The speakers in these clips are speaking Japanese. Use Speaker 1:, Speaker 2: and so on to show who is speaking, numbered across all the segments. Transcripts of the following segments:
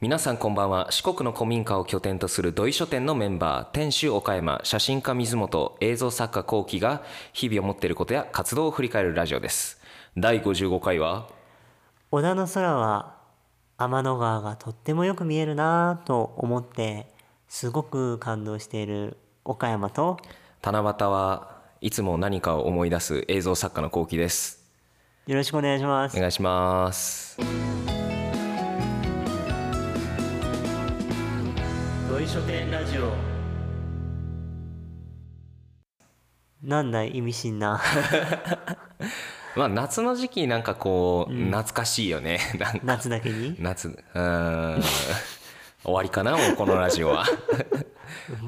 Speaker 1: 皆さんこんばんは四国の古民家を拠点とする土井書店のメンバー店主岡山写真家水本映像作家幸喜が日々思っていることや活動を振り返るラジオです第55回は
Speaker 2: 織田の空は天の川がとってもよく見えるなぁと思ってすごく感動している岡山と
Speaker 1: 七夕はいつも何かを思い出す映像作家の幸喜です
Speaker 2: よろしくお願いしま
Speaker 1: お
Speaker 2: す。
Speaker 1: 願いします
Speaker 2: 土井書店ラジオなんだ意味深な
Speaker 1: まあ夏の時期なんかこう、懐かしいよね なんか
Speaker 2: 夏だけに
Speaker 1: 夏うーん 終わりかなもうこのラジオ は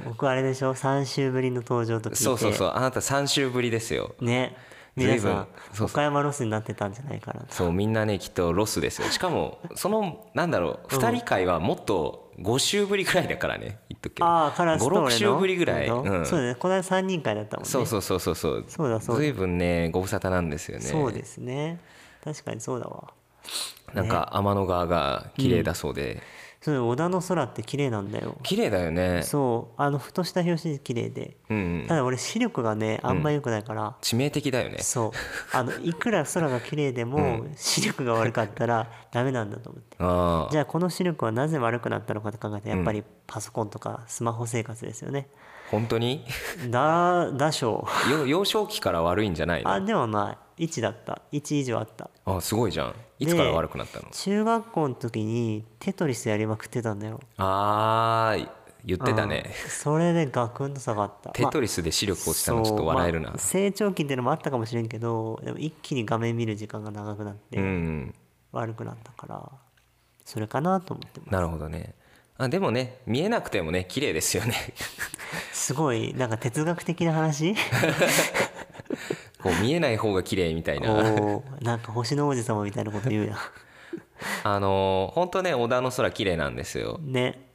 Speaker 2: 僕あれでしょ3週ぶりの登場と聞いて
Speaker 1: そうそうそうあなた3週ぶりですよ
Speaker 2: ね
Speaker 1: 随
Speaker 2: 皆
Speaker 1: 分
Speaker 2: さん
Speaker 1: そうそう
Speaker 2: 岡山ロスになってたんじゃないかなと
Speaker 1: そうみんなねきっとロスですよしかもそのなんだろう2人会はもっと5週ぶりぐらいだからね言っとくけど
Speaker 2: ああカラスと俺の
Speaker 1: 56週ぶりぐらい、
Speaker 2: 本当
Speaker 1: うん、
Speaker 2: そうだねこの間3人会だったもんね
Speaker 1: そうそうそうそうそう
Speaker 2: そうだそうだ
Speaker 1: ずいぶんねご無沙汰なんですよね
Speaker 2: そうですね確かにそうだわ
Speaker 1: なんか天の川が綺麗だそうで、
Speaker 2: そう織田の空って綺麗なんだよ
Speaker 1: 綺麗だよね
Speaker 2: そうあのふとした表紙綺麗で
Speaker 1: うんうん
Speaker 2: ただ俺視力がねあんま良くないから、
Speaker 1: 致命的だよね
Speaker 2: そうあのいくら空が綺麗でも視力が悪かったらダメなんだと思って
Speaker 1: ああ
Speaker 2: じゃあこの視力はなぜ悪くなったのかと考えたらやっぱりパソコンとかスマホ生活で すよね、
Speaker 1: 本当に
Speaker 2: だだしょう
Speaker 1: よ幼少期から悪いんじゃないの
Speaker 2: あでもない1だった1以上あった
Speaker 1: あすごいじゃんいつから悪くなったの
Speaker 2: 中学校の時にテトリスやりまくってたんだよ
Speaker 1: あー言ってたね、
Speaker 2: うんそれでガクンと下がった
Speaker 1: テトリスで視力落ちたのちょっと笑えるな、
Speaker 2: そうまあ成長期っていうのもあったかもしれんけどでも一気に画面見る時間が長くなって、
Speaker 1: うん
Speaker 2: 悪くなったからそれかなと思ってま
Speaker 1: なるほどねあでもね見えなくてもね綺麗ですよね
Speaker 2: すすごいなんか哲学的な話
Speaker 1: こう見えない方が綺麗みたい
Speaker 2: お
Speaker 1: な
Speaker 2: ーなんか星の王子様みたいなこと言うや
Speaker 1: あの本当ね小田の空綺麗なんですよ
Speaker 2: んね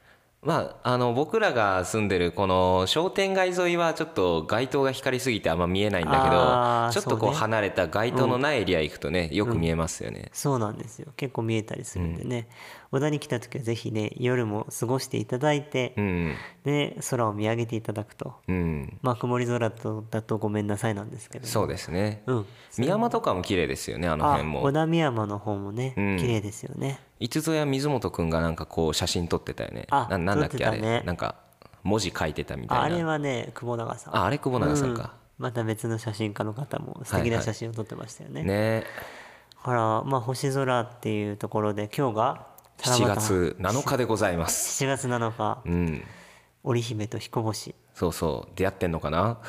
Speaker 1: まああの僕らが住んでるこの商店街沿いはちょっと街灯が光りすぎてあんま見えないんだ
Speaker 2: あー
Speaker 1: けどちょっとこう
Speaker 2: そうね
Speaker 1: 離れた街灯のないエリア行くとねよく見えますよね、
Speaker 2: そうなんですよ結構見えたりするんでね、小田に来た時はぜひね夜も過ごしていただいて、
Speaker 1: うん
Speaker 2: ね空を見上げていただくと
Speaker 1: うん
Speaker 2: まあ曇り空とだとごめんなさいなんですけど
Speaker 1: そうですね、
Speaker 2: うん
Speaker 1: 美山とかも綺麗ですよねあの
Speaker 2: あ
Speaker 1: 辺も
Speaker 2: 小田美山の方もね、
Speaker 1: うん
Speaker 2: 綺麗ですよね
Speaker 1: いつぞや水本くんがなんかこう写真撮ってたよね
Speaker 2: あ
Speaker 1: ななんだっけあれ、
Speaker 2: 撮ってたね
Speaker 1: なんか文字書いてたみたい
Speaker 2: あ
Speaker 1: な
Speaker 2: あれはね久保永さん
Speaker 1: ああれ久保永さんか、
Speaker 2: うんまた別の写真家の方も素敵な写真を撮ってましたよね,、
Speaker 1: ね
Speaker 2: ほらまあ星空っていうところで今日が
Speaker 1: 7
Speaker 2: 七夕
Speaker 1: 月7日でございます
Speaker 2: 7月7日
Speaker 1: うん
Speaker 2: 織姫と彦星
Speaker 1: そうそう出会ってんのかな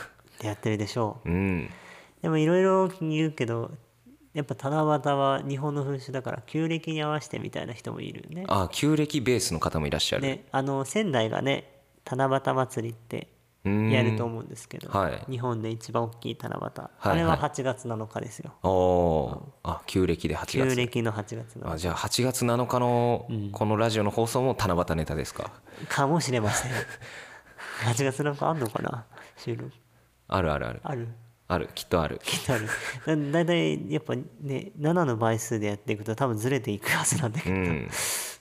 Speaker 2: でやってるでしょう
Speaker 1: うん
Speaker 2: でもいろいろ言うけどやっぱ七夕は日本の風習だから旧暦に合わせてみたいな人もいるよね
Speaker 1: あ旧暦ベースの方もいらっしゃる、
Speaker 2: ね、あの仙台がね七夕祭りって
Speaker 1: うーん
Speaker 2: やると思うんですけど、
Speaker 1: はい
Speaker 2: 日本で一番大きい七夕、
Speaker 1: い
Speaker 2: あれは
Speaker 1: は
Speaker 2: 8月7日ですよ
Speaker 1: おおーあ旧暦で8月
Speaker 2: 旧暦の8月7
Speaker 1: あじゃあ8月7日のこのラジオの放送も七夕ネタですか、
Speaker 2: 日かもしれま せん8月7日あんのかな収録
Speaker 1: あるあるある
Speaker 2: ある
Speaker 1: あるきっとある
Speaker 2: きっとあるだだいたいやっぱね7の倍数でやっていくと多分ずれていくはずなんだけ
Speaker 1: う
Speaker 2: ど、
Speaker 1: ん、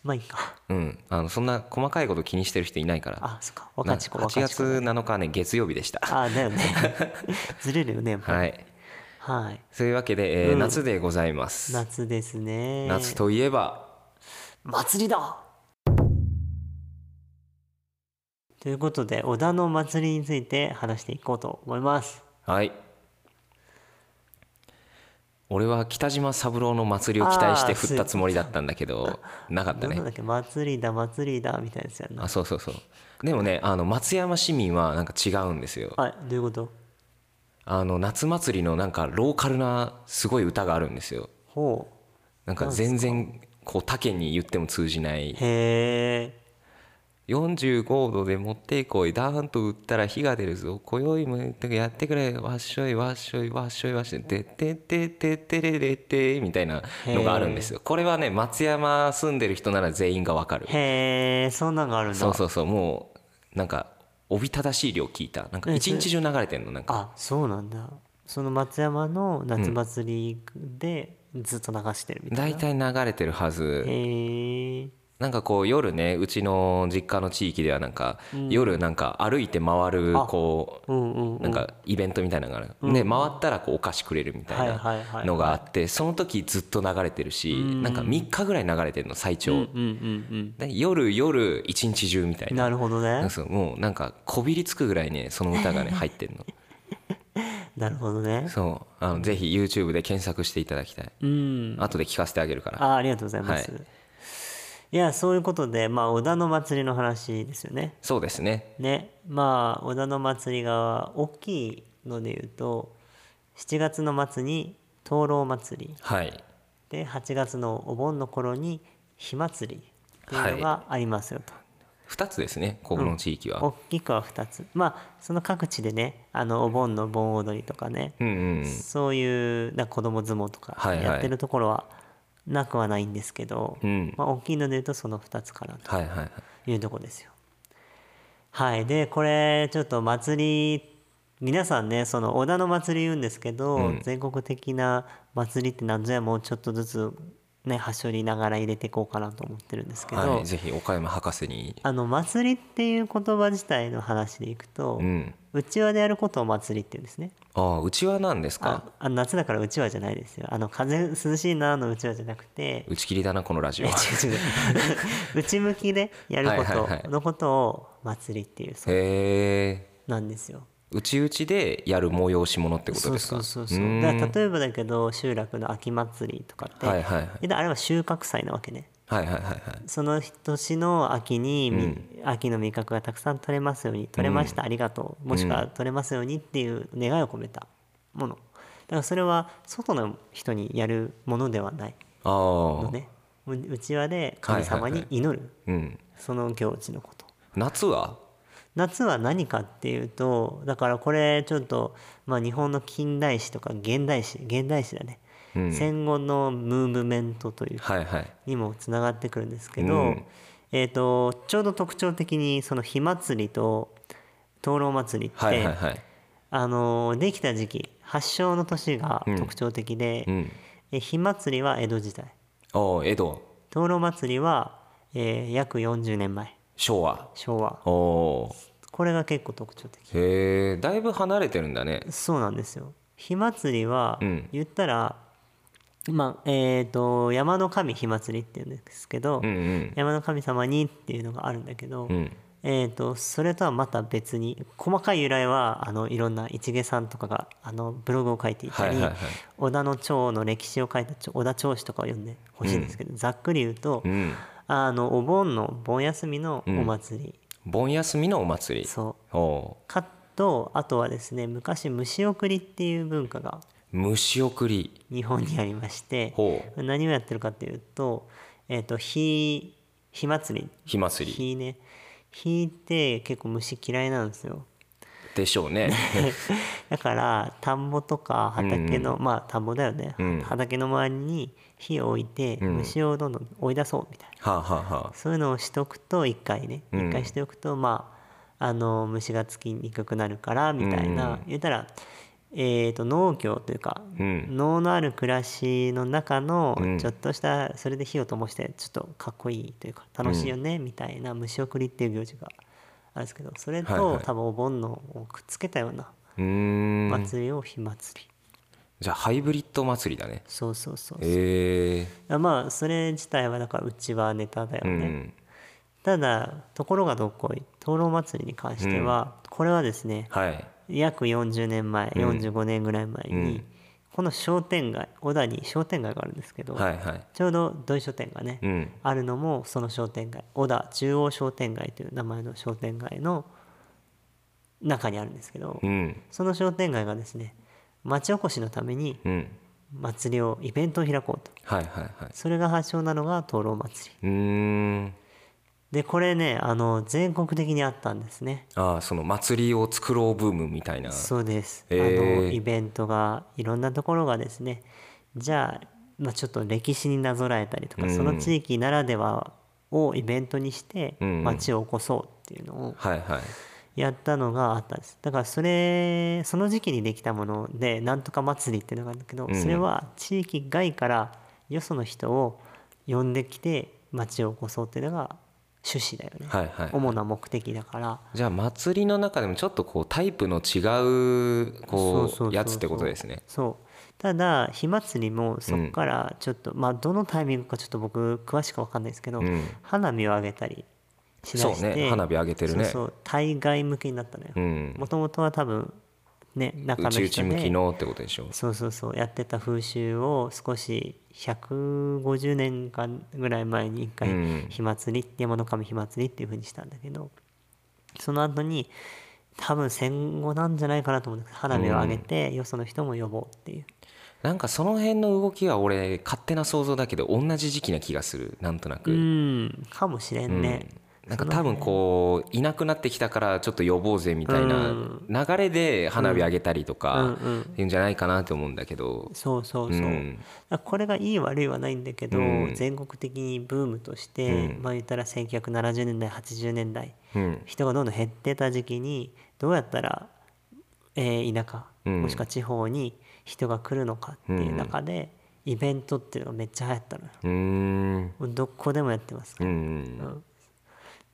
Speaker 2: まあいいか
Speaker 1: うん、あのそんな細かいこと気にしてる人いないから
Speaker 2: あそっか若ち子
Speaker 1: な8
Speaker 2: 若ち
Speaker 1: 月
Speaker 2: 子
Speaker 1: 7日はね月曜日でした
Speaker 2: あだ よねずれるよねやっぱり
Speaker 1: はい
Speaker 2: はい
Speaker 1: そういうわけで、えー
Speaker 2: うん
Speaker 1: 夏でございます
Speaker 2: 夏ですね
Speaker 1: 夏といえば
Speaker 2: 祭りだということで織田の祭りについて話していこうと思います
Speaker 1: はい俺は北島三郎の祭りを期待して
Speaker 2: あー
Speaker 1: 振ったつもりだったんだけどなかった
Speaker 2: なんだ
Speaker 1: ね
Speaker 2: っけ祭りだ祭りだみたいなやつやんな
Speaker 1: あそうそうそうでもねあの松山市民はなんか違うんですよ
Speaker 2: はいどういうこと
Speaker 1: あの夏祭りのなんかローカルなすごい歌があるんですよ
Speaker 2: ほ
Speaker 1: なんか全然こう他県に言っても通じないう
Speaker 2: へえ
Speaker 1: 45度で持ってこいダーンと打ったら火が出るぞ今宵もやってくれわっしょいわっしょいわっしょいわっしょいでってってってってれれってみたいなのがあるんですよこれはね松山住んでる人なら全員がわかる
Speaker 2: へえそんなんがあるんだ
Speaker 1: そうそうそうもうなんかおびただしい量聞いたなんか
Speaker 2: ね
Speaker 1: 一日中流れてんのなんか
Speaker 2: あそうなんだその松山の夏祭りでずっと流してるみたい
Speaker 1: 大体流れてるはず
Speaker 2: な、へえ
Speaker 1: なんかこう夜ねうちの実家の地域ではなんか、夜なんか歩いて回るこう、
Speaker 2: うんうん
Speaker 1: なんかイベントみたいなのがある、で回ったらこうお菓子くれるみたい
Speaker 2: はいはい
Speaker 1: な
Speaker 2: はい
Speaker 1: のがあってその時ずっと流れてるし、なんか3日ぐらい流れてるの最長、
Speaker 2: うんうん
Speaker 1: で夜夜一日中みた
Speaker 2: う
Speaker 1: い
Speaker 2: ん
Speaker 1: な
Speaker 2: なるほどね
Speaker 1: そうもうなんかこびりつくぐらいねその歌がね入ってん の
Speaker 2: なるほどね
Speaker 1: そうあのぜひ YouTube で検索していただきたい
Speaker 2: うん
Speaker 1: 後で聞かせてあげるから
Speaker 2: あありがとうございます、、
Speaker 1: はい
Speaker 2: やそういうことでまあ織田の祭りの話ですよね
Speaker 1: そうですね
Speaker 2: ねまあ織田の祭りが大きいので言うと7月の末に灯籠祭り
Speaker 1: はい
Speaker 2: で8月のお盆の頃に火祭りっていうのがありますよと、
Speaker 1: 2つですねここの地域は、
Speaker 2: 大きくは2つまあその各地でねあのお盆の盆踊りとかね、
Speaker 1: うんうん
Speaker 2: そういうなんか子供相撲と
Speaker 1: は
Speaker 2: か
Speaker 1: いはい
Speaker 2: やってるところはなくはないんですけど、
Speaker 1: うん
Speaker 2: まあ、大きいので言うとその2つかな
Speaker 1: はいはいはい
Speaker 2: というとこですよ。はいでこれちょっと祭り皆さんねその織田の祭り言うんですけど、
Speaker 1: うん
Speaker 2: 全国的な祭りって何ぞやもうちょっとずつね端折りながら入れていこうかなと思ってるんですけど、
Speaker 1: はい、ぜひ岡山博士に、
Speaker 2: あの祭りっていう言葉自体の話でいくと、
Speaker 1: うん、
Speaker 2: うちわでやることを祭りって言うんですね。
Speaker 1: ああうちは何です
Speaker 2: あ
Speaker 1: か
Speaker 2: あ夏だからうちわじゃないですよあの風涼しいなのうちわじゃなくて
Speaker 1: 打ち切りだなこのラジオは
Speaker 2: 違う違う 内向きでやること、
Speaker 1: はいはいはい
Speaker 2: のことを祭りっていうそう
Speaker 1: へえ
Speaker 2: なんですよ。
Speaker 1: うちうちでやる催し物ってこと
Speaker 2: そう
Speaker 1: です
Speaker 2: そ
Speaker 1: か
Speaker 2: うそうそう
Speaker 1: ーん
Speaker 2: だから例えばだけど集落の秋祭りとかって、
Speaker 1: はいはいはい
Speaker 2: えだあれは収穫祭なわけね
Speaker 1: はいはいはいはい
Speaker 2: その年の秋にみ、秋の味覚がたくさん取れますように取れました、ありがとうもしくは取れますようにっていう願いを込めたものだからそれは外の人にやるものではない
Speaker 1: ああ、
Speaker 2: のねうちわで神様に祈る、
Speaker 1: うん
Speaker 2: その行事のこと
Speaker 1: 夏は
Speaker 2: 夏は何かっていうとだからこれちょっと、まあ、日本の近代史とか現代史現代史だね、
Speaker 1: うん
Speaker 2: 戦後のムーブメントというか
Speaker 1: はいはい
Speaker 2: にもつながってくるんですけど、
Speaker 1: うん
Speaker 2: えー、とちょうど特徴的にその火祭りと灯籠祭りって、
Speaker 1: はいはいはい
Speaker 2: あのーできた時期発祥の年が特徴的で、
Speaker 1: うん
Speaker 2: え火祭りは江戸時代
Speaker 1: お江戸
Speaker 2: 灯籠祭りは、えー約40年前
Speaker 1: 昭和
Speaker 2: 昭和
Speaker 1: おお
Speaker 2: これが結構特徴的
Speaker 1: ーへえだいぶ離れてるんだね
Speaker 2: そうなんですよ火祭りは
Speaker 1: うん
Speaker 2: 言ったら、まあえー、と山の神火祭りっていうんですけど、
Speaker 1: うんうん
Speaker 2: 山の神様にっていうのがあるんだけど、
Speaker 1: うん
Speaker 2: えー、とそれとはまた別に細かい由来はあのいろんな一毛さんとかがあのブログを書いていたり、
Speaker 1: はいはいはい
Speaker 2: 織田の長の歴史を書いたちょ織田長史とかを読んでほしいんですけど、ざっくり言うと、
Speaker 1: うん
Speaker 2: あのお盆の盆休みのお祭り、
Speaker 1: 盆休みのお祭り
Speaker 2: そう
Speaker 1: おお
Speaker 2: かとあとはですね昔虫送りっていう文化が
Speaker 1: ー虫送り
Speaker 2: 日本にありまして
Speaker 1: ほう
Speaker 2: 何をやってるかっていうと,、えー、と火火祭
Speaker 1: 火
Speaker 2: り
Speaker 1: 祭り
Speaker 2: 火ね火って結構虫嫌いなんです よ
Speaker 1: でしょうね
Speaker 2: だから田んぼとか畑の、まあ田んぼだよね、
Speaker 1: うん
Speaker 2: 畑の周りに火を置いて
Speaker 1: うん
Speaker 2: 虫をどんどん追い出そうみたいな、
Speaker 1: はあはあは
Speaker 2: そういうのをしとくと一回ね
Speaker 1: うん
Speaker 2: 一回しておくと、まああの虫がつきにくくなるからみたいな、言ったら、えー、と農業というか、
Speaker 1: うん
Speaker 2: 能のある暮らしの中の
Speaker 1: うん
Speaker 2: ちょっとしたそれで火を灯してちょっとかっこいいというか楽しいよねみたいな虫送りっていう行事があるんですけどそれと、
Speaker 1: はいはい
Speaker 2: 多分お盆のをくっつけたような
Speaker 1: うーん
Speaker 2: 祭りを火祭り、
Speaker 1: じゃあハイブリッド祭りだね
Speaker 2: そうそうそう、
Speaker 1: へえ
Speaker 2: あまあそれ自体はだからうちはネタだよ
Speaker 1: う
Speaker 2: ね、
Speaker 1: ん
Speaker 2: ただところがどっこい灯籠祭りに関しては、これはですね
Speaker 1: はい
Speaker 2: 約40年前、45年ぐらい前に、
Speaker 1: うん
Speaker 2: この商店街小田に商店街があるんですけど、
Speaker 1: はいはい
Speaker 2: ちょうど土井商店がね、
Speaker 1: うん
Speaker 2: あるのもその商店街小田中央商店街という名前の商店街の中にあるんですけど、
Speaker 1: うん
Speaker 2: その商店街がですね町おこしのために
Speaker 1: うん
Speaker 2: 祭りをイベントを開こうと
Speaker 1: はいはいはい
Speaker 2: それが発祥なのが灯籠祭り
Speaker 1: うーん
Speaker 2: でこれねあの全国的にあったんですね
Speaker 1: ああその祭りを作ろうブームみたいな
Speaker 2: そうです、
Speaker 1: へ
Speaker 2: あの
Speaker 1: え
Speaker 2: イベントがいろんなところがですねじゃあ,、まあちょっと歴史になぞらえたりとか、
Speaker 1: うん
Speaker 2: その地域ならではをイベントにして
Speaker 1: うんうん
Speaker 2: 町を起こそうっていうのを
Speaker 1: はいはい
Speaker 2: やったのがあったんですだからそれその時期にできたものでなんとか祭りっていうのがあるんだけど、
Speaker 1: ん
Speaker 2: それは地域外からよその人を呼んできて町を起こそうっていうのが趣旨だよね、
Speaker 1: はいはい
Speaker 2: 主な目的だから
Speaker 1: じゃあ祭りの中でもちょっとこうタイプの違うこ
Speaker 2: そうそうそうそう
Speaker 1: うやつってことですね
Speaker 2: そうただ火祭りもそこからちょっと、まあどのタイミングかちょっと僕詳しく分かんないですけど、
Speaker 1: うん
Speaker 2: 花火を上げたりしだして
Speaker 1: そうね花火上げてるね
Speaker 2: そうそう対外向きになったのよ
Speaker 1: うん
Speaker 2: もともとは多分ね中の
Speaker 1: 内
Speaker 2: 人で
Speaker 1: 々向きのってことでしょ
Speaker 2: そうそうそうやってた風習を少し150年間ぐらい前に一回
Speaker 1: うん
Speaker 2: 火祭り、山の神火祭りっていう風にしたんだけどその後に多分戦後なんじゃないかなと思って花火を上げて、よその人も呼ぼうっていう
Speaker 1: なんかその辺の動きは俺勝手な想像だけど同じ時期な気がするなんとなく、
Speaker 2: うんかもしれんね、
Speaker 1: うんなんか多分こういなくなってきたからちょっと呼ぼうぜみたいな流れで花火上げたりと
Speaker 2: うん
Speaker 1: か
Speaker 2: うん
Speaker 1: いうんじゃないかなと思うんだけど
Speaker 2: そうそうそう、
Speaker 1: うん
Speaker 2: だからこれがいい悪いはないんだけど、
Speaker 1: うん
Speaker 2: 全国的にブームとして、
Speaker 1: うん
Speaker 2: まあ言ったら1970年代80年代
Speaker 1: うん
Speaker 2: 人がどんどん減ってた時期にどうやったら、えー田舎、
Speaker 1: うん
Speaker 2: もしくは地方に人が来るのかっていう中で、イベントっていうのがめっちゃ流行ったのよ
Speaker 1: うーん
Speaker 2: もうどこでもやってます
Speaker 1: う
Speaker 2: から、
Speaker 1: ん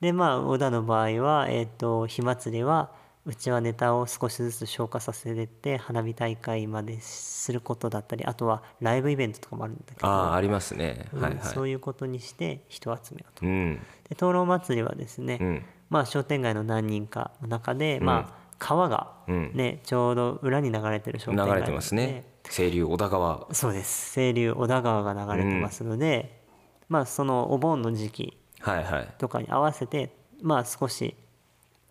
Speaker 2: でまあ小田の場合は、えー、と火祭りはうちはネタを少しずつ消化させてって花火大会まですることだったりあとはライブイベントとかもあるんだけど
Speaker 1: ああありますね
Speaker 2: うん
Speaker 1: はい
Speaker 2: そ
Speaker 1: は
Speaker 2: ういうことにして人を集めようと
Speaker 1: いうん
Speaker 2: で灯籠祭りはですね、
Speaker 1: うん
Speaker 2: まあ、商店街の何人かの中で、
Speaker 1: ん
Speaker 2: まあ、川が、
Speaker 1: うん
Speaker 2: ねちょうど裏に流れてる商店街な
Speaker 1: 流
Speaker 2: ので
Speaker 1: れてますね清流小田川
Speaker 2: そうです清流小田川が流れてますので、まあ、そのお盆の時期
Speaker 1: はいはい
Speaker 2: とかに合わせて、まあ、少し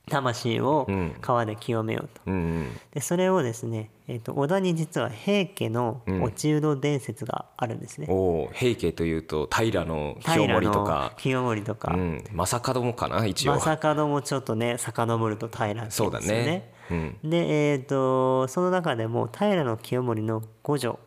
Speaker 2: 魂を
Speaker 1: うん
Speaker 2: 川で清めようと。
Speaker 1: うんうん
Speaker 2: でそれをですね、えー、と小田に実は平家の落ちうど伝説があるんですね。
Speaker 1: おー平家というと平の清
Speaker 2: 平
Speaker 1: 盛
Speaker 2: の
Speaker 1: とか
Speaker 2: 清盛とか、
Speaker 1: うん正門もかな一応
Speaker 2: 正門もちょっとね遡ると平家です
Speaker 1: そ
Speaker 2: よ
Speaker 1: うだねうん
Speaker 2: でえー、とその中でも平清盛の五女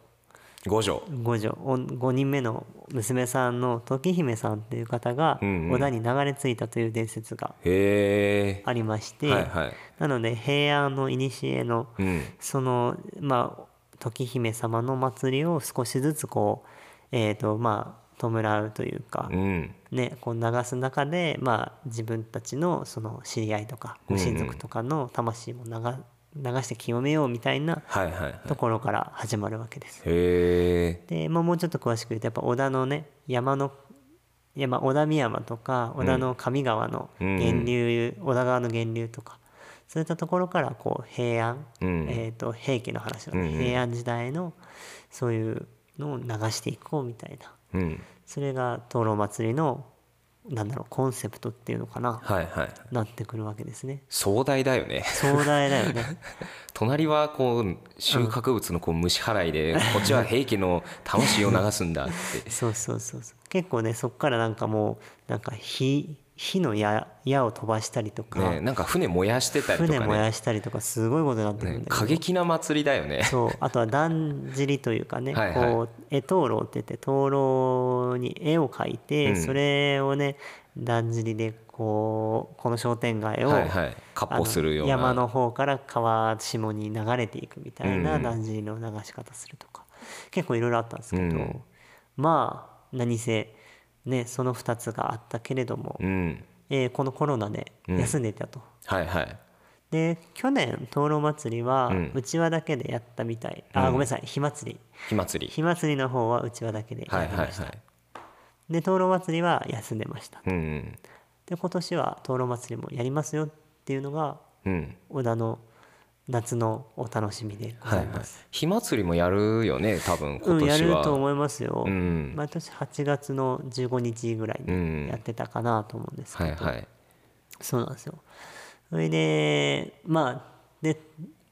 Speaker 1: 五条
Speaker 2: 五女お5人目の娘さんの時姫さんという方が
Speaker 1: うんうん
Speaker 2: 織田に流れ着いたという伝説が
Speaker 1: へ
Speaker 2: ありまして、
Speaker 1: えはいはい
Speaker 2: なので平安の古の
Speaker 1: うん
Speaker 2: そのまあ時姫様の祭りを少しずつこうえー、とまあ弔うというか、
Speaker 1: うん
Speaker 2: ね、こう流す中で、まあ、自分たちのその知り合いとかご親族とかの魂も流,、流して清めようみたいな
Speaker 1: はいはいはい
Speaker 2: ところから始まるわけです。
Speaker 1: へ
Speaker 2: で、まあ、もうちょっと詳しく言うとやっぱ織田のね山の山小田美山とか織田の上川の
Speaker 1: うん
Speaker 2: 源流、小田川の源流とかそういったところからこう平安、
Speaker 1: うん
Speaker 2: えー、と平家の話なんで、
Speaker 1: うんうん
Speaker 2: 平安時代のそういうのを流していこうみたいな。
Speaker 1: えうん
Speaker 2: それが灯籠祭りのなんだろうコンセプトっていうのかな
Speaker 1: はいはい
Speaker 2: なってくるわけですね
Speaker 1: 壮大だよね
Speaker 2: 壮大だよね
Speaker 1: 隣はこう収穫物のこう虫払いでこっちは平家の魂を流すんだって
Speaker 2: そうそうそうそう結構ねそっからなんかもうなんか火火の矢矢を飛ばしたりとか、
Speaker 1: ねなんか船燃やしてたりと
Speaker 2: 船
Speaker 1: か
Speaker 2: 燃
Speaker 1: ね
Speaker 2: やしたりとかすごいことになってくるん
Speaker 1: ね
Speaker 2: だけど、
Speaker 1: 過激な祭りだよね
Speaker 2: そうあとはだんじりというか ね
Speaker 1: はいはい
Speaker 2: こう絵灯籠って言って灯籠に絵を描いて、
Speaker 1: うん
Speaker 2: それをねだんじりでこうこの商店街を、
Speaker 1: はいはい割
Speaker 2: あ
Speaker 1: 烹するよう
Speaker 2: の
Speaker 1: な
Speaker 2: 山の方から川下に流れていくみたいな
Speaker 1: うん
Speaker 2: だんじりの流し方するとか、結構いろいろあったんですけど、
Speaker 1: うん
Speaker 2: まあ何せねその2つがあったけれども、
Speaker 1: うん
Speaker 2: えーこのコロナで
Speaker 1: うん
Speaker 2: 休んでいたと。
Speaker 1: はいはい
Speaker 2: で去年灯籠祭りは
Speaker 1: うん
Speaker 2: うちわだけでやったみたい、
Speaker 1: うん
Speaker 2: あごめんなさい火祭り
Speaker 1: 火祭り
Speaker 2: 火祭りの方はうちわだけで
Speaker 1: は
Speaker 2: や
Speaker 1: い
Speaker 2: り
Speaker 1: はい
Speaker 2: ました、
Speaker 1: はい
Speaker 2: で灯籠祭りは休んでました
Speaker 1: うん
Speaker 2: で今年は灯籠祭りもやりますよっていうのが
Speaker 1: うん
Speaker 2: 小田の夏のお楽しみでございます、
Speaker 1: 火祭りもやるよね多分
Speaker 2: う
Speaker 1: 今
Speaker 2: ん、や
Speaker 1: 年
Speaker 2: る
Speaker 1: は
Speaker 2: と思いますよ、
Speaker 1: うん
Speaker 2: 毎年8月の15日ぐらいうに
Speaker 1: ん
Speaker 2: やってたかなと思うんですけ
Speaker 1: は
Speaker 2: ど、
Speaker 1: いはい
Speaker 2: そうなんですよそれでまあで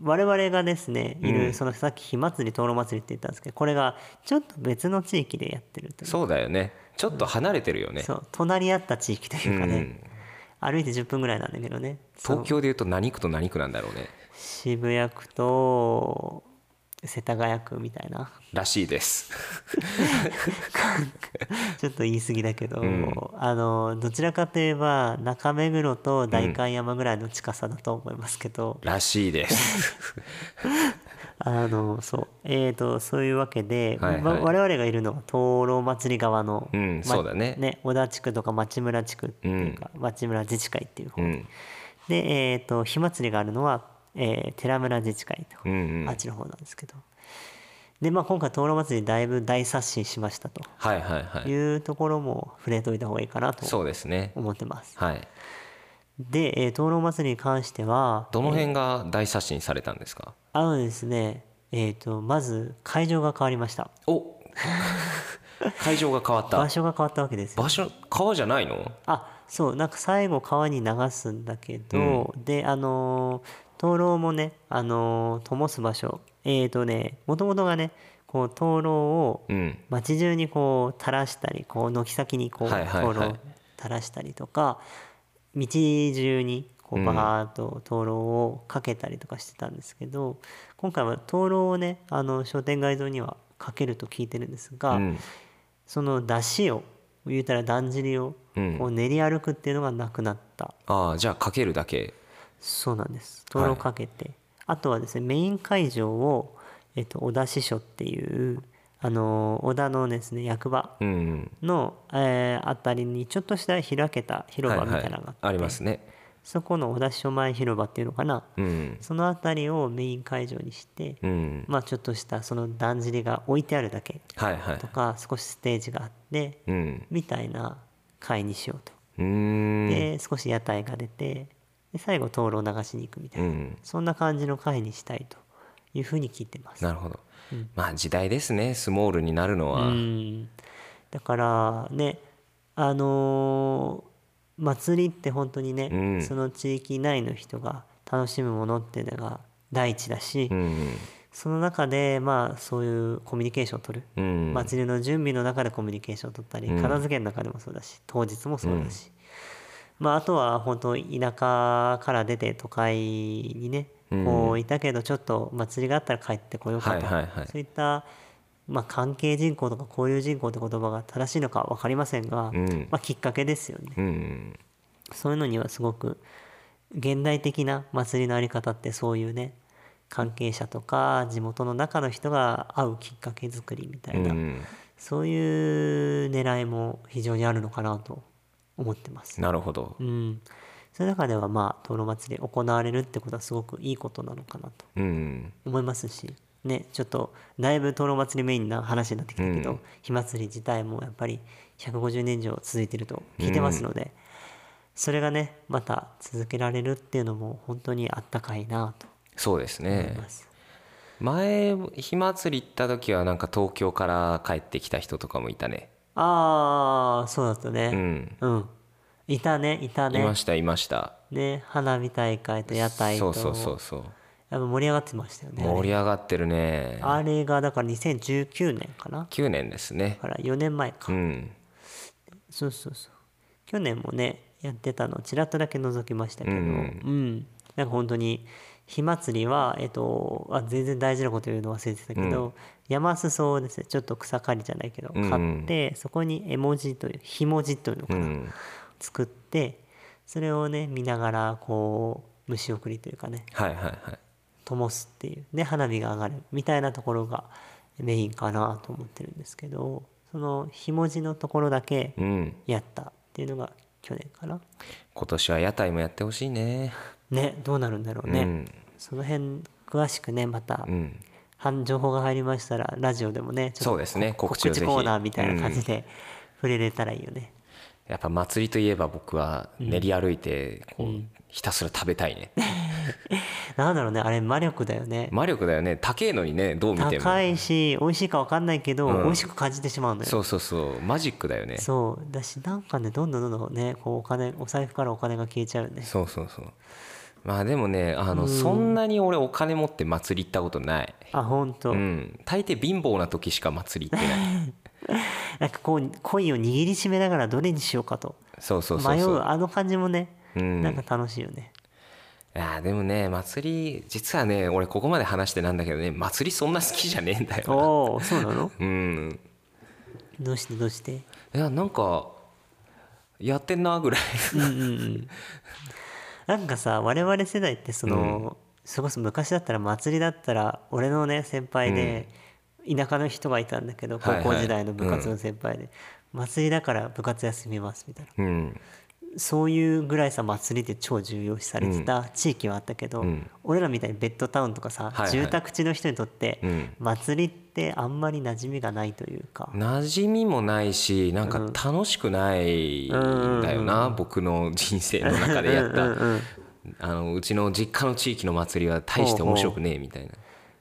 Speaker 2: 我々がですねいる、そのさっき火祭り灯籠祭りって言ったんですけどこれがちょっと別の地域でやってるという
Speaker 1: そうだよねちょっと離れてるよね
Speaker 2: そう隣り合った地域というか
Speaker 1: う
Speaker 2: ね
Speaker 1: ん、
Speaker 2: 歩いて10分ぐらいなんだけどねそう
Speaker 1: 東京でいうと何区と何区なんだろうね
Speaker 2: 渋谷区と世田谷区みたいな
Speaker 1: らしいです。
Speaker 2: ちょっと言い過ぎだけど、あのどちらかといえば中目黒と代官山ぐらいの近さだと思いますけど、
Speaker 1: らしい です。
Speaker 2: あのそうえー、とそういうわけで、
Speaker 1: はいはい
Speaker 2: ま我々がいるのは灯籠祭り側の、
Speaker 1: うん
Speaker 2: ま
Speaker 1: そうだね
Speaker 2: 小田地区とか町村地区っていうか、町村自治会っていう方、
Speaker 1: うん、
Speaker 2: でえー、と火祭りがあるのは、えー寺村自治会とか、
Speaker 1: うん、うん。
Speaker 2: あっちの方なんですけどで、まあ、今回灯籠祭りだいぶ大刷新しましたと
Speaker 1: はいはいはい。
Speaker 2: いうところも触れといた方がいいかなと
Speaker 1: そうですね。
Speaker 2: 思ってます
Speaker 1: はい。
Speaker 2: で、えー、灯籠祭りに関しては
Speaker 1: どの辺が大刷新されたんですか。
Speaker 2: あのですねえー、とまず会場が変わりました
Speaker 1: お。会場が変わっ
Speaker 2: 場
Speaker 1: た。
Speaker 2: 所が変わったわけですよ
Speaker 1: 場所、川じゃないの。
Speaker 2: あそうなんか最後川に流すんだけど、であのー灯籠もねあのー灯す場所えー、とねもともとがねこう灯籠を
Speaker 1: うん。
Speaker 2: 街中にこう垂らしたりこう軒先にこう
Speaker 1: はいはいはい
Speaker 2: 灯籠を垂らしたりとか道中にこ
Speaker 1: う
Speaker 2: うんバーッと灯籠をかけたりとかしてたんですけど今回は灯籠をねあの商店街沿いにはかけると聞いてるんです
Speaker 1: う
Speaker 2: が
Speaker 1: ん。
Speaker 2: その出汁を言うたらだんじりを
Speaker 1: うん
Speaker 2: こう練り歩くっていうのがなくなった
Speaker 1: ああ、じゃあ、かけるだけ。
Speaker 2: そうなんです灯籠をかけて、あとはですねメイン会場を、えっと、小田支所っていうあの小田のですね役場
Speaker 1: うんうん。
Speaker 2: の、えーあたりにちょっとした開けた広場みたいなのがあって、
Speaker 1: ありますね。
Speaker 2: そこの小田署前広場っていうのかな、
Speaker 1: うん。
Speaker 2: そのあたりをメイン会場にして、
Speaker 1: うん。
Speaker 2: まあちょっとしたそのだんじりが置いてあるだけ
Speaker 1: はいはい
Speaker 2: と。か少しステージがあって
Speaker 1: うん。
Speaker 2: みたいな会にしようと、
Speaker 1: うーん。
Speaker 2: で少し屋台が出てで最後灯籠を流しに行くみたいうな、
Speaker 1: ん。
Speaker 2: そんな感じの会にしたいというふうに聞いてます。
Speaker 1: なるほど。まあ、時代ですね。スモールになるのは。
Speaker 2: うんだからねあのー祭りって本当にね、
Speaker 1: うん
Speaker 2: その地域内の人が楽しむものっていうのが第一だし、
Speaker 1: うん。
Speaker 2: その中でまあそういうコミュニケーションを取る、
Speaker 1: うん。
Speaker 2: 祭りの準備の中でコミュニケーションを取ったり、
Speaker 1: うん
Speaker 2: 片付けの中でもそうだし当日もそうだし、まあ、あとは本当田舎から出て都会にね
Speaker 1: うん
Speaker 2: こういたけどちょっと祭りがあったら帰ってこようかと、
Speaker 1: はいはいはい
Speaker 2: そういった、まあ、関係人口とか交流人口って言葉が正しいのかは分かりませんが、
Speaker 1: うん
Speaker 2: まあ、きっかけですよね。
Speaker 1: うん。
Speaker 2: そういうのにはすごく現代的な祭りのあり方ってそういうね関係者とか地元の中の人が会うきっかけ作りみた
Speaker 1: う
Speaker 2: いな、
Speaker 1: ん。
Speaker 2: そういう狙いも非常にあるのかなと思ってます。
Speaker 1: なるほど
Speaker 2: う。ん、その中ではまあ灯籠祭り行われるってことはすごくいいことなのかなと
Speaker 1: うん。
Speaker 2: 思いますし、ね、ちょっとだいぶ灯籠祭りメインな話になってきたけど、
Speaker 1: うん
Speaker 2: 火祭り自体もやっぱり150年以上続いてると聞いてますので、それがねまた続けられるっていうのも本当にあったかいなと
Speaker 1: そうですね
Speaker 2: 思い。ます。
Speaker 1: 前火祭り行った時はなんか東京から帰ってきた人とかもいたね
Speaker 2: ああそうだった
Speaker 1: う
Speaker 2: ね、
Speaker 1: ん
Speaker 2: うんいたねいた
Speaker 1: いま
Speaker 2: ね
Speaker 1: したいました
Speaker 2: ね花火大会と屋台
Speaker 1: そ
Speaker 2: と
Speaker 1: うそうそうそう
Speaker 2: やっぱ盛り上がってましたよねあれ
Speaker 1: 盛り上がってるね
Speaker 2: あれがだから2019年かな
Speaker 1: 9年ですね
Speaker 2: だから4年前か、
Speaker 1: うん
Speaker 2: そうそうそう去年もねやってたのちらっとだけ覗きましたけど
Speaker 1: う
Speaker 2: うんん、
Speaker 1: うん
Speaker 2: なんか本当に火祭りは、えっと、あ全然大事なこと言うの忘れてたけど、山裾をですねちょっと草刈りじゃないけど
Speaker 1: うんうん
Speaker 2: 買って、そこに絵文字というひ文字というの
Speaker 1: う
Speaker 2: かな、
Speaker 1: ん
Speaker 2: 作ってそれをね見ながらこう虫送りというかね
Speaker 1: はいはいはい
Speaker 2: 灯すっていうで花火が上がるみたいなところがメインかなと思ってるんですけどそのひ文字のところだけ
Speaker 1: うん
Speaker 2: やったっていうのが去年かな
Speaker 1: 今年は屋台もやってほしいね
Speaker 2: ねどうなるんだろう
Speaker 1: う
Speaker 2: ね、
Speaker 1: ん
Speaker 2: その辺詳しくねまた
Speaker 1: うん
Speaker 2: 反情報が入りましたらラジオでもねち
Speaker 1: そうですね告
Speaker 2: 告
Speaker 1: 知をぜ
Speaker 2: 知
Speaker 1: ひ
Speaker 2: コーナーみたいな感じで触れれたらいいよね、
Speaker 1: やっぱ祭りといえば僕は練り歩いてこうひたすら食べたいね
Speaker 2: なんだろうねあれ魔力だよね
Speaker 1: 魔力だよね高えのにねどう見ても
Speaker 2: 高いし美味しいか分かんないけど、
Speaker 1: うん
Speaker 2: 美味しく感じてしまうのよ
Speaker 1: そうそうそうマジックだよね
Speaker 2: そうだしなんかねどんどんどんどんねこうお金お財布からお金が消えちゃうよね
Speaker 1: そうそうそうまあでもねあのそんなに俺お金持って祭り行ったことない
Speaker 2: あ本当、
Speaker 1: うん大抵貧乏な時しか祭り行ってない
Speaker 2: なんかこうコインを握りしめながらどれにしようかと
Speaker 1: そうそうそう
Speaker 2: 迷
Speaker 1: そう
Speaker 2: うあの感じもね、
Speaker 1: うん
Speaker 2: なんか楽しいよね
Speaker 1: いやーでもね祭り実はね俺ここまで話してなんだけどね祭りそんな好きじゃねえんだよ
Speaker 2: おおそうなの
Speaker 1: なうん
Speaker 2: どうしてどうして
Speaker 1: いやなんかやってんなぐらい
Speaker 2: なんかさ我々世代ってその、それこそ昔だったら祭りだったら俺のね先輩で、田舎の人がいたんだけど
Speaker 1: は
Speaker 2: 高
Speaker 1: いはい
Speaker 2: 校時代の部活の先輩で、祭りだから部活休みますみたい な
Speaker 1: うん
Speaker 2: そういうぐらいさ祭りで超重要視されてた地域はあったけど、
Speaker 1: うん
Speaker 2: 俺らみたいにベッドタウンとかさ、
Speaker 1: いはい
Speaker 2: 住宅地の人にとって、
Speaker 1: うん
Speaker 2: 祭りってあんまり馴染みがないというか、
Speaker 1: 馴染みもないしなんか楽しくないんだよな、僕の人生の中でやった、うあのうちの実家の地域の祭りは大して面白くねえみたいな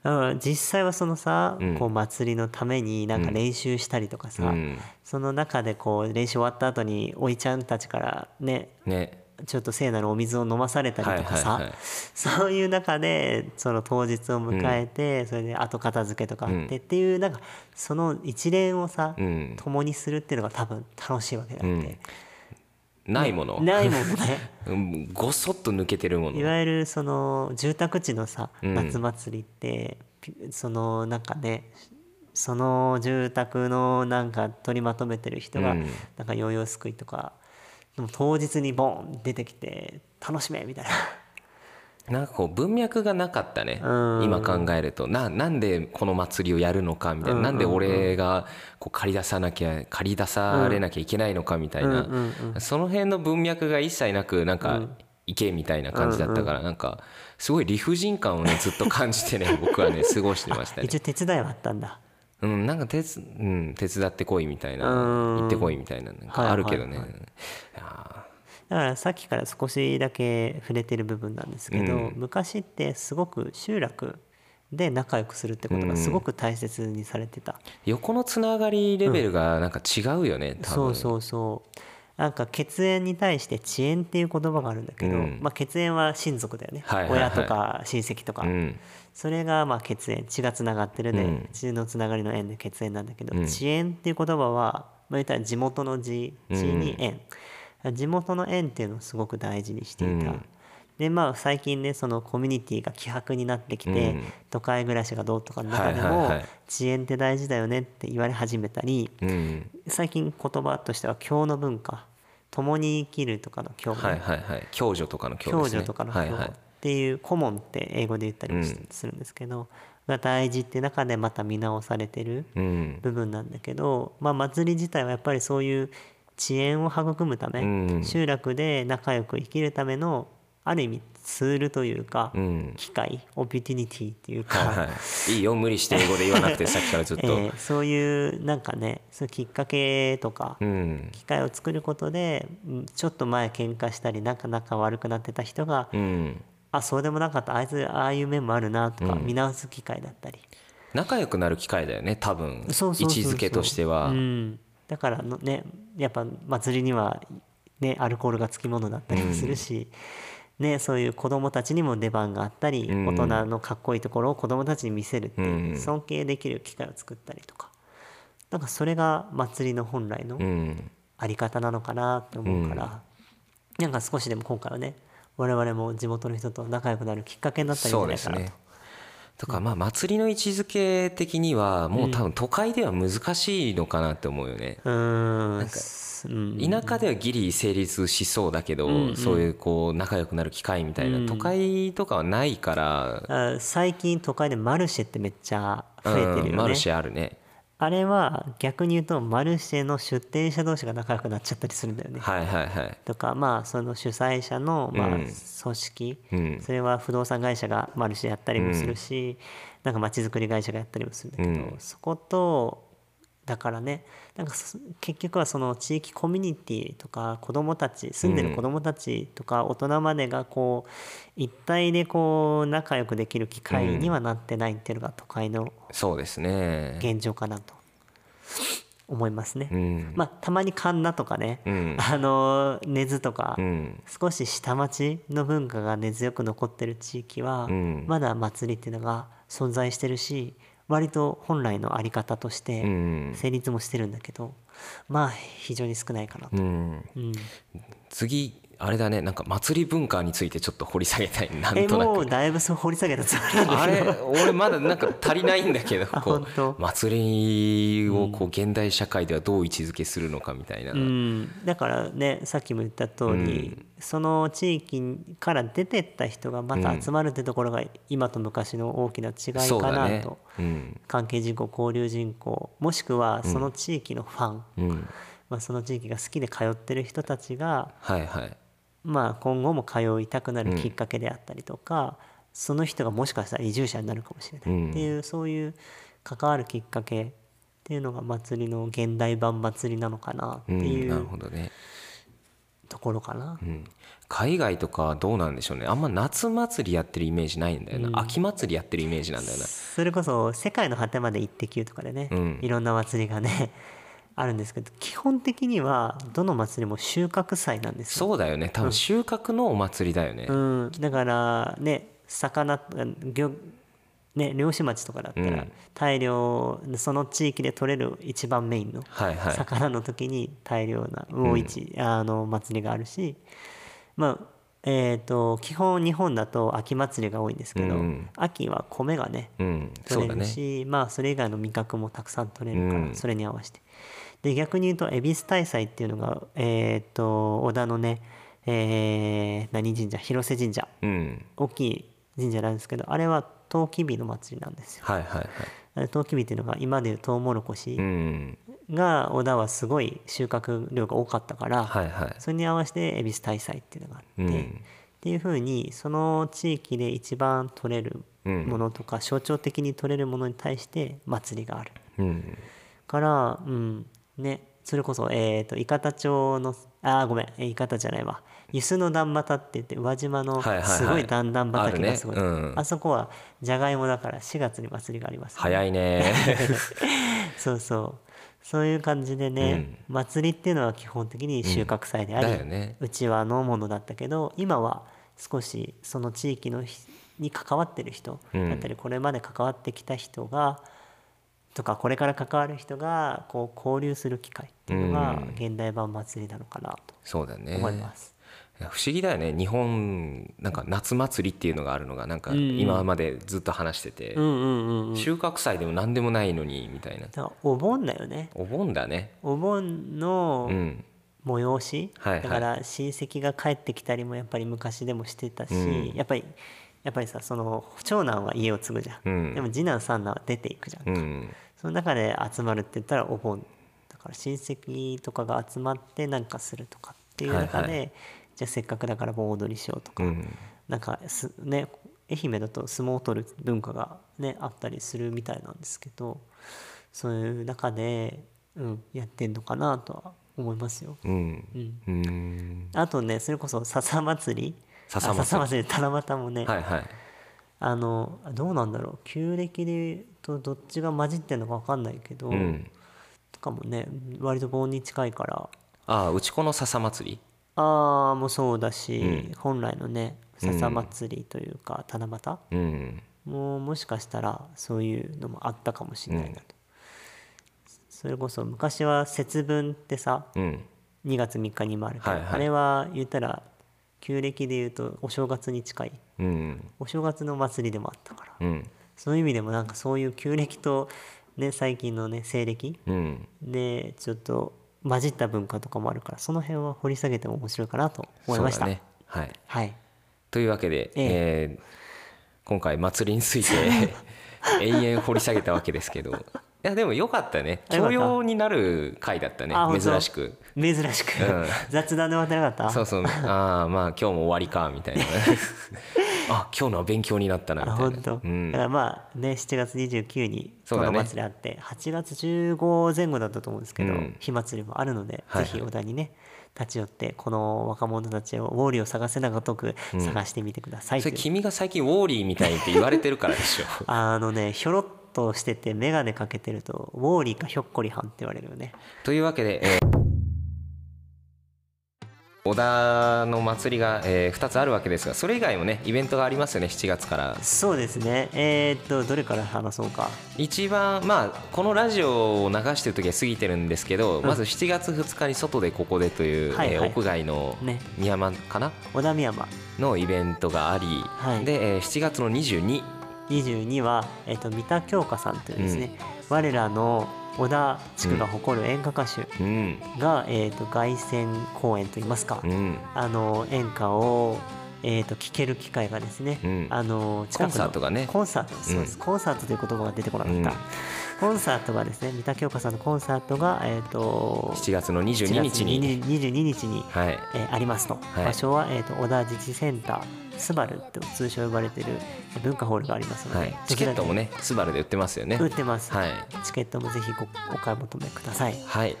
Speaker 2: うん、実際はそのさ、
Speaker 1: うん
Speaker 2: こう祭りのためになんか練習したりとかさ、
Speaker 1: うん
Speaker 2: その中でこう練習終わった後においちゃんたちからね
Speaker 1: ね
Speaker 2: ちょっと聖なるお水を飲まされたりとかさ、
Speaker 1: はいはいはい
Speaker 2: そういう中でその当日を迎えて、それで後片付けとかあってっていうなんかその一連をさ、
Speaker 1: うん
Speaker 2: 共にするっていうのが多分楽しいわけだって、
Speaker 1: ないもの、
Speaker 2: ないもん ね
Speaker 1: うんごそっと抜けてるもの
Speaker 2: いわゆるその住宅地のさ
Speaker 1: うん
Speaker 2: 夏祭りって、ピそのなんかねその住宅のなんか取りまとめてる人が、
Speaker 1: うん
Speaker 2: なんかヨーヨーすくいとかでも当日にボン出てきて楽しめみたいな
Speaker 1: なんかこう文脈がなかったね
Speaker 2: うん
Speaker 1: 今考えるとななんでこの祭りをやるのかみたいな、
Speaker 2: うんうん
Speaker 1: なんで俺がこう借り出さなきゃ借り出されなきゃいけないのかみたいな、
Speaker 2: うんうん
Speaker 1: その辺の文脈が一切なくなんか行けみたいな感じだったから、なんかすごい理不尽感をねずっと感じて ね僕はね過ごしてましたね
Speaker 2: 一応手伝いはあったんだ
Speaker 1: うん、なんか手つ、うん、手伝ってこいみたいな
Speaker 2: うん
Speaker 1: 行ってこいみたいななんかあるけどね、
Speaker 2: はいはい
Speaker 1: いや
Speaker 2: だからさっきから少しだけ触れてる部分なんですけど、
Speaker 1: うん
Speaker 2: 昔ってすごく集落で仲良くするってことがすごく大切にされてた、
Speaker 1: ー横のつながりレベルがなんか違うよね、多分
Speaker 2: そうそうそうなんか血縁に対して遅延っていう言葉があるんだけど、
Speaker 1: うん
Speaker 2: まあ、血縁は親族だよね、
Speaker 1: はいはいはい
Speaker 2: 親とか親戚とか、
Speaker 1: うん
Speaker 2: それがまあ血縁血がつながってるで、
Speaker 1: うん
Speaker 2: 血のつながりの縁で血縁なんだけど、
Speaker 1: うん
Speaker 2: 遅延っていう言葉は、まあ、言ったら地元の地地に縁、地元の縁っていうのをすごく大事にしていた。
Speaker 1: うん
Speaker 2: でまあ、最近ねそのコミュニティが希薄になってきて、
Speaker 1: うん
Speaker 2: 都会暮らしがどうとかの中でも、
Speaker 1: はいはいはい
Speaker 2: 遅延って大事だよねって言われ始めたり、
Speaker 1: うん
Speaker 2: 最近言葉としては共の文化共に生きるとかの共、
Speaker 1: はいはいはい共助とかの共
Speaker 2: 共
Speaker 1: ですね
Speaker 2: 助とかの
Speaker 1: は
Speaker 2: 共
Speaker 1: いはい
Speaker 2: っていうコモンって英語で言ったりもし
Speaker 1: うん
Speaker 2: するんですけど、が大事って中でまた見直されてる
Speaker 1: うん
Speaker 2: 部分なんだけど、まあ、祭り自体はやっぱりそういう遅延を育むため、
Speaker 1: うん
Speaker 2: 集落で仲良く生きるためのある意味ツールというか、
Speaker 1: うん
Speaker 2: 機会オピティニティっていうか、
Speaker 1: はいはいいいよ無理して英語で言わなくてさっきからずっ と、
Speaker 2: えーそういうなんかねそういうきっかけとか、
Speaker 1: うん
Speaker 2: 機会を作ることでうんちょっと前喧嘩したりなんか仲悪くなってた人が、
Speaker 1: うん
Speaker 2: あそうでもなかったあいつああいう面もあるなとか
Speaker 1: うん
Speaker 2: 見直す機会だったり、
Speaker 1: 仲良くなる機会だよね多分
Speaker 2: そうそうそうそう
Speaker 1: 位置づけとしては、
Speaker 2: うん、だからのねやっぱ祭りにはねアルコールがつきものだったりもするし、ね、そういう子供たちにも出番があったり、
Speaker 1: うん
Speaker 2: 大人のかっこいいところを子供たちに見せるっていう
Speaker 1: うん
Speaker 2: 尊敬できる機会を作ったりとか。なんかそれが祭りの本来の
Speaker 1: うん
Speaker 2: あり方なのかなって思うから、なんか少しでも今回はね我々も地元の人と仲良くなるきっかけになったり
Speaker 1: そう
Speaker 2: じゃな
Speaker 1: で
Speaker 2: い
Speaker 1: す
Speaker 2: かな
Speaker 1: ね
Speaker 2: と
Speaker 1: とかまあ祭りの位置づけ的にはもう多分都会では難しいのかなって思うよね、
Speaker 2: うーん
Speaker 1: か
Speaker 2: すうん
Speaker 1: 田舎ではギリ成立しそうだけど、
Speaker 2: うんうん
Speaker 1: そういうこう仲良くなる機会みたいな、
Speaker 2: うん
Speaker 1: 都会とかはないから、
Speaker 2: あ最近都会でマルシェってめっちゃ増えてるよね、
Speaker 1: うんマルシェあるね
Speaker 2: あれは逆に言うとマルシェの出店者同士が仲良くなっちゃったりするんだよね、
Speaker 1: はいはいはい
Speaker 2: とかまあその主催者のまあ
Speaker 1: うん
Speaker 2: 組織、
Speaker 1: うん
Speaker 2: それは不動産会社がマルシェやったりもするし、なんかまちづくり会社がやったりもするんだけど、
Speaker 1: うん
Speaker 2: そことだからねなんかそ結局はその地域コミュニティとか子どもたち住んでる子どもたちとか大人までがこう一体でこう仲良くできる機会にはなってないっていうのが都会の
Speaker 1: そうですね
Speaker 2: 現状かなと思いますね。
Speaker 1: うん
Speaker 2: まあ、たまにカンナとかね、
Speaker 1: うん
Speaker 2: あの根津とか、
Speaker 1: うん
Speaker 2: 少し下町の文化が根強く残ってる地域は、
Speaker 1: うん
Speaker 2: まだ祭りっていうのが存在してるし割と本来のあり方とし
Speaker 1: う
Speaker 2: て
Speaker 1: ん
Speaker 2: 成立もしてるんだけど、まあ非常に少ないかなと。
Speaker 1: うん
Speaker 2: うん
Speaker 1: 次あれだねなんか祭り文化についてちょっと掘り下げたいなん
Speaker 2: え
Speaker 1: とな
Speaker 2: も
Speaker 1: く
Speaker 2: うだいぶそう掘り下げたつもりなん
Speaker 1: あ
Speaker 2: だ
Speaker 1: れ
Speaker 2: けど
Speaker 1: 俺まだなんか足りないんだけど
Speaker 2: あ
Speaker 1: こ
Speaker 2: 本当
Speaker 1: う祭りをこう現代社会ではどう位置づけするのかみたいな、
Speaker 2: うん、だからねさっきも言った通り、その地域から出てった人がまた集まるってところが今と昔の大きな違い
Speaker 1: そう
Speaker 2: か
Speaker 1: だ
Speaker 2: な
Speaker 1: ね
Speaker 2: と、、
Speaker 1: うん
Speaker 2: 関係人口交流人口もしくはその地域のファン、
Speaker 1: うん、
Speaker 2: まあ、その地域が好きで通ってる人たちが、
Speaker 1: はいはい
Speaker 2: まあ、今後も通いたくなるきっかけであったりとか、その人がもしかしたら移住者になるかもしれないっていう、そういう関わるきっかけっていうのが祭りの現代版祭りなのかなって
Speaker 1: う
Speaker 2: い
Speaker 1: ん、なる
Speaker 2: う
Speaker 1: ほどね、
Speaker 2: ところかな。
Speaker 1: うん、海外とかどうなんでしょうねあんま夏祭りやってるイメージないんだよな、秋祭りやってるイメージなんだよな
Speaker 2: それこそ「世界の果てまでイッテ Q!」とかでね、
Speaker 1: うん
Speaker 2: いろんな祭りがねあるんですけど基本的にはどの祭りも収穫祭なんですよ。
Speaker 1: そうだよね多分収穫のお祭りだよね、
Speaker 2: うん、だからね魚漁ね漁師町とかだったら、
Speaker 1: うん
Speaker 2: 大量その地域で取れる一番メインの
Speaker 1: はいはい
Speaker 2: 魚の時に大量な魚市、あの祭りがあるしまあえー、と基本日本だと秋祭りが多いんですけど、
Speaker 1: うん
Speaker 2: 秋は米がね
Speaker 1: うんそ
Speaker 2: 取
Speaker 1: う
Speaker 2: れ
Speaker 1: だ
Speaker 2: る
Speaker 1: ね
Speaker 2: しまあそれ以外の味覚もたくさん取れるから、
Speaker 1: うん
Speaker 2: それに合わせてで逆に言うと恵比寿大祭っていうのがえーっと織田のね、えー何神社広瀬神社
Speaker 1: うん
Speaker 2: 大きい神社なんですけどあれは陶器日の祭りなんですよ
Speaker 1: はいはいはい
Speaker 2: あれ陶器日っていうのが今でいうトウモロコシ
Speaker 1: うん
Speaker 2: が織田はすごい収穫量が多かったから、
Speaker 1: はいはい
Speaker 2: それに合わせて恵比寿大祭っていうのがあって、
Speaker 1: うん
Speaker 2: っていうふうにその地域で一番取れる
Speaker 1: うん
Speaker 2: ものとか、象徴的に取れるものに対して祭りがある
Speaker 1: うん
Speaker 2: から、うんね、それこそ、えー、と伊方町のあーごめんえー伊方じゃないわ湯須の段畑って言って宇和島
Speaker 1: は
Speaker 2: の
Speaker 1: いはいはい
Speaker 2: すごい段々畑がすごい,、
Speaker 1: あるねうん
Speaker 2: そこはじゃがいもだから4月に祭りがあります、
Speaker 1: 早い ね
Speaker 2: そうそうそういう感じでね、祭りっていうのは基本的に収穫祭であり、
Speaker 1: だよね
Speaker 2: うちはのものだったけど今は少しその地域のひに関わってる人
Speaker 1: うん
Speaker 2: だったり、これまで関わってきた人がとかこれから関わる人がこう交流する機会っていうのが
Speaker 1: うん
Speaker 2: 現代版祭りなのかなと
Speaker 1: そうだね
Speaker 2: 思います。
Speaker 1: いや不思議だよね日本なんか夏祭りっていうのがあるのがなんか
Speaker 2: うんうん
Speaker 1: 今までずっと話してて、
Speaker 2: うんうんうんうん、だ
Speaker 1: 収穫祭でも何でもないのにみたいな
Speaker 2: からお盆だよね
Speaker 1: お盆だね
Speaker 2: お盆の
Speaker 1: うん
Speaker 2: 催し、
Speaker 1: はいはい
Speaker 2: だから親戚が帰ってきたりもやっぱり昔でもしてたし、
Speaker 1: うん
Speaker 2: やっぱりやっぱりさその長男は家を継ぐじゃん、
Speaker 1: うん
Speaker 2: でも次男三男は出ていくじゃん、
Speaker 1: うん
Speaker 2: その中で集まるって言ったらお盆だから親戚とかが集まって何かするとかっていう中で、
Speaker 1: はい
Speaker 2: じゃあせっかくだから盆踊りしようとか、
Speaker 1: うん
Speaker 2: なんかすね愛媛だと相撲を取る文化がねあったりするみたいなんですけどそういう中で、うん、やってんのかなとは思いますよ。
Speaker 1: うんう
Speaker 2: うん
Speaker 1: ん
Speaker 2: あとねそれこそ笹祭り
Speaker 1: 笹祭り
Speaker 2: あ笹祭り七夕もね、
Speaker 1: はいはい
Speaker 2: あのどうなんだろう旧暦でとどっちが混じってんのか分かんないけど、
Speaker 1: うん
Speaker 2: とかもね割と盆に近いから
Speaker 1: ああうちこの笹祭り
Speaker 2: ああもそうだし、本来のね笹祭りというか七
Speaker 1: う
Speaker 2: 夕、
Speaker 1: ん
Speaker 2: もうもしかしたらそういうのもあったかもしれないなと、それこそ昔は節分ってさ
Speaker 1: うん
Speaker 2: 2月3日にもあるけど、
Speaker 1: はいはい
Speaker 2: あれは言ったら旧暦で言うとお正月に近い
Speaker 1: うん
Speaker 2: お正月の祭りでもあったから、
Speaker 1: うん
Speaker 2: その意味でもなんかそういう旧暦と、ね、最近のね西暦
Speaker 1: うん
Speaker 2: でちょっと混じった文化とかもあるからその辺は掘り下げても面白いかなと思いまし
Speaker 1: そ
Speaker 2: た、
Speaker 1: うだねはい
Speaker 2: はい
Speaker 1: というわけで、
Speaker 2: え
Speaker 1: え
Speaker 2: え
Speaker 1: ー今回祭りについ て永遠掘り下げたわけですけどいやでもよかったね
Speaker 2: あよかっ
Speaker 1: 教
Speaker 2: た
Speaker 1: 養になる回だったね
Speaker 2: あ本当
Speaker 1: 珍しく
Speaker 2: 珍しく、
Speaker 1: うん
Speaker 2: 雑談で終わってなかった
Speaker 1: そうそうああまあ今日も終わりかみ たいなあ今日のは勉強になったなみ
Speaker 2: あ
Speaker 1: たい
Speaker 2: 本
Speaker 1: な
Speaker 2: 当、
Speaker 1: うん
Speaker 2: だからまあね7月29に
Speaker 1: そう
Speaker 2: こ
Speaker 1: だね
Speaker 2: の祭りあって、8月15前後だったと思うんですけど、
Speaker 1: うん
Speaker 2: 火祭りもあるので、
Speaker 1: はいはい
Speaker 2: ぜひ小田にね立ち寄ってこの若者たちをウォーリーを探せながとく探してみてください
Speaker 1: そ
Speaker 2: という、
Speaker 1: れ君が最近ウォーリーみたいって言われてるからでしょ
Speaker 2: あのねひょろっとしてて眼鏡かけてるとウォーリーかひょっこりはんって言われるよね
Speaker 1: というわけで、えー織田の祭りが、え2つあるわけですがそれ以外もねイベントがありますよね7月から
Speaker 2: そうですねえーっとどれから話そうか
Speaker 1: 一番まあこのラジオを流してる時は過ぎてるんですけど、
Speaker 2: ん
Speaker 1: まず7月2日に外でここでという、
Speaker 2: はい
Speaker 1: えー
Speaker 2: はい
Speaker 1: 屋外の
Speaker 2: ね
Speaker 1: 宮間かな、
Speaker 2: 小田美山
Speaker 1: のイベントがあり、
Speaker 2: はい
Speaker 1: で、えー7月の22
Speaker 2: 22は、えーっと三田京香さんというですね、我らの小田地区が誇る演歌歌手
Speaker 1: うん
Speaker 2: が、えーっと凱旋公演といいますか、
Speaker 1: うん
Speaker 2: あの演歌を、えー、と聴ける機会がですね、
Speaker 1: うん
Speaker 2: あの
Speaker 1: コ
Speaker 2: 近くの
Speaker 1: ンサートがね
Speaker 2: コンサートそうです、コンサートという言葉が出てこなかった、
Speaker 1: うん
Speaker 2: コンサートがですね三田京香さんのコンサートが、えー、と
Speaker 1: 7月の22
Speaker 2: 7
Speaker 1: 日に
Speaker 2: 22日に、
Speaker 1: はい
Speaker 2: えーありますと、
Speaker 1: い
Speaker 2: 場所は、えー、と小田自治センタースバルと通称呼ばれているえー文化ホールがありますので、
Speaker 1: はい、チケットも
Speaker 2: ね
Speaker 1: ねスバルで売ってますよね
Speaker 2: 売ってます、
Speaker 1: はい
Speaker 2: チケットもぜひごお買い求めください
Speaker 1: はい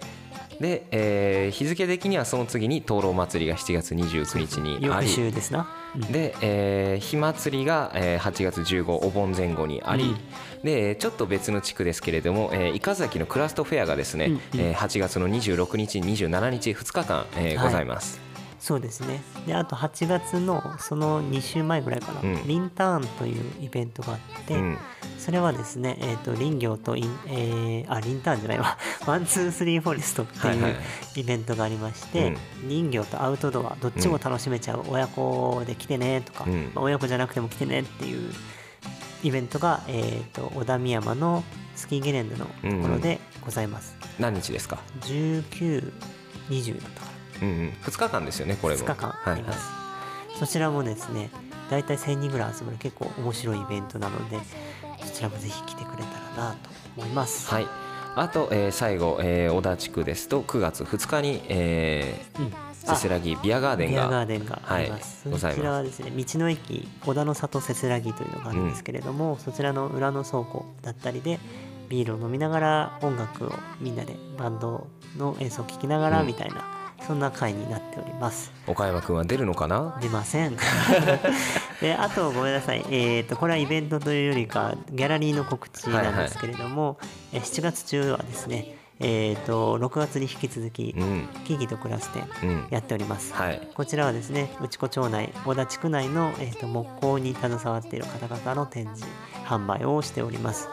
Speaker 1: で、えー日付的にはその次に灯籠祭りが7月29日にあ
Speaker 2: 翌
Speaker 1: り
Speaker 2: 週ですな、うん
Speaker 1: で、えー火祭りが、えー8月15お盆前後にあり、
Speaker 2: うん
Speaker 1: でえーちょっと別の地区ですけれども、えー、伊香崎のクラフトフェアがですね、
Speaker 2: うんうん
Speaker 1: えー8月の26日27日2日間、えー
Speaker 2: はい
Speaker 1: ございます、
Speaker 2: そうですねであと8月のその2週前ぐらいかな、
Speaker 1: うん
Speaker 2: リンターンというイベントがあって、
Speaker 1: うん
Speaker 2: それはですね、えー、と林業とイン、えーあリンターンじゃないわワンツースリーフォレストって
Speaker 1: はい
Speaker 2: い
Speaker 1: は
Speaker 2: う
Speaker 1: い
Speaker 2: イベントがありまして、
Speaker 1: うん
Speaker 2: 林業とアウトドアどっちも楽しめちゃう親子で来てねとか、
Speaker 1: うん
Speaker 2: まあ親子じゃなくても来てねっていうイベントが、えー、と小田美山のスキーゲレンデのところでございます、
Speaker 1: 何日ですか、
Speaker 2: 1920だったかな
Speaker 1: うんうん、2日間ですよねこれも
Speaker 2: 2日間あります、そちらもですね大体1000人ぐらい集まる結構面白いイベントなのでそちらもぜひ来てくれたらなと思います
Speaker 1: はい、はいあと、えー最後、えー小田地区ですと9月2日に、え
Speaker 2: うん
Speaker 1: ー、せせらぎビアガーデン
Speaker 2: ビアガ
Speaker 1: が
Speaker 2: ーデンがあります、
Speaker 1: はいございます
Speaker 2: そちらはですね道の駅小田の里せせらぎというのがあるんですけれども、そちらの裏の倉庫だったりでビールを飲みながら音楽をみんなでバンドの演奏を聴きながらみたいな、そんな会になっております
Speaker 1: 岡山くんは出るのかな
Speaker 2: 出ません であとごめんなさい、えー、とこれはイベントというよりかギャラリーの告知なんですけれども、えー7月中はですね、えー、と6月に引き続き
Speaker 1: うん
Speaker 2: 「木々と暮らす展
Speaker 1: うん」
Speaker 2: やっております、
Speaker 1: はい
Speaker 2: こちらはですね内子町内小田地区内の、えー、と木工に携わっている方々の展示販売をしております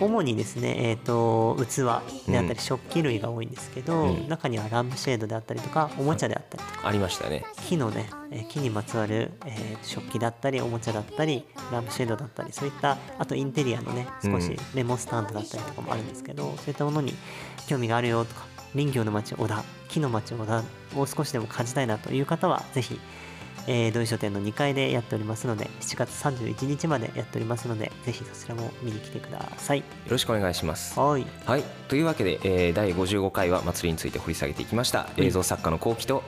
Speaker 2: 主にですね、えー、と器であった
Speaker 1: うん
Speaker 2: り食器類が多いんですけど、
Speaker 1: うん
Speaker 2: 中にはランプシェードであったりとかおもちゃであったりとか
Speaker 1: ありましたね
Speaker 2: 木のね、えー木にまつわる、えー食器だったりおもちゃだったりランプシェードだったりそういったあとインテリアのね少
Speaker 1: う
Speaker 2: し
Speaker 1: ん
Speaker 2: レモンスタンドだったりとかもあるんですけど、そういったものに興味があるよとか林業の町小田木の町小田を少しでも感じたいなという方はぜひ、えー土井書店の2階でやっておりますので7月31日までやっておりますのでぜひそちらも見に来てください。
Speaker 1: よろしくお願いします
Speaker 2: はい
Speaker 1: はい、というわけで、えー第55回は祭りについて掘り下げていきました
Speaker 2: うん
Speaker 1: 映像作家のこうきと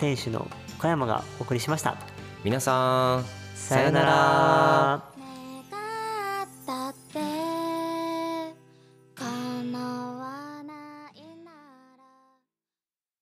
Speaker 2: 店主の小山がお送りしました。
Speaker 1: 皆さん
Speaker 2: さよなら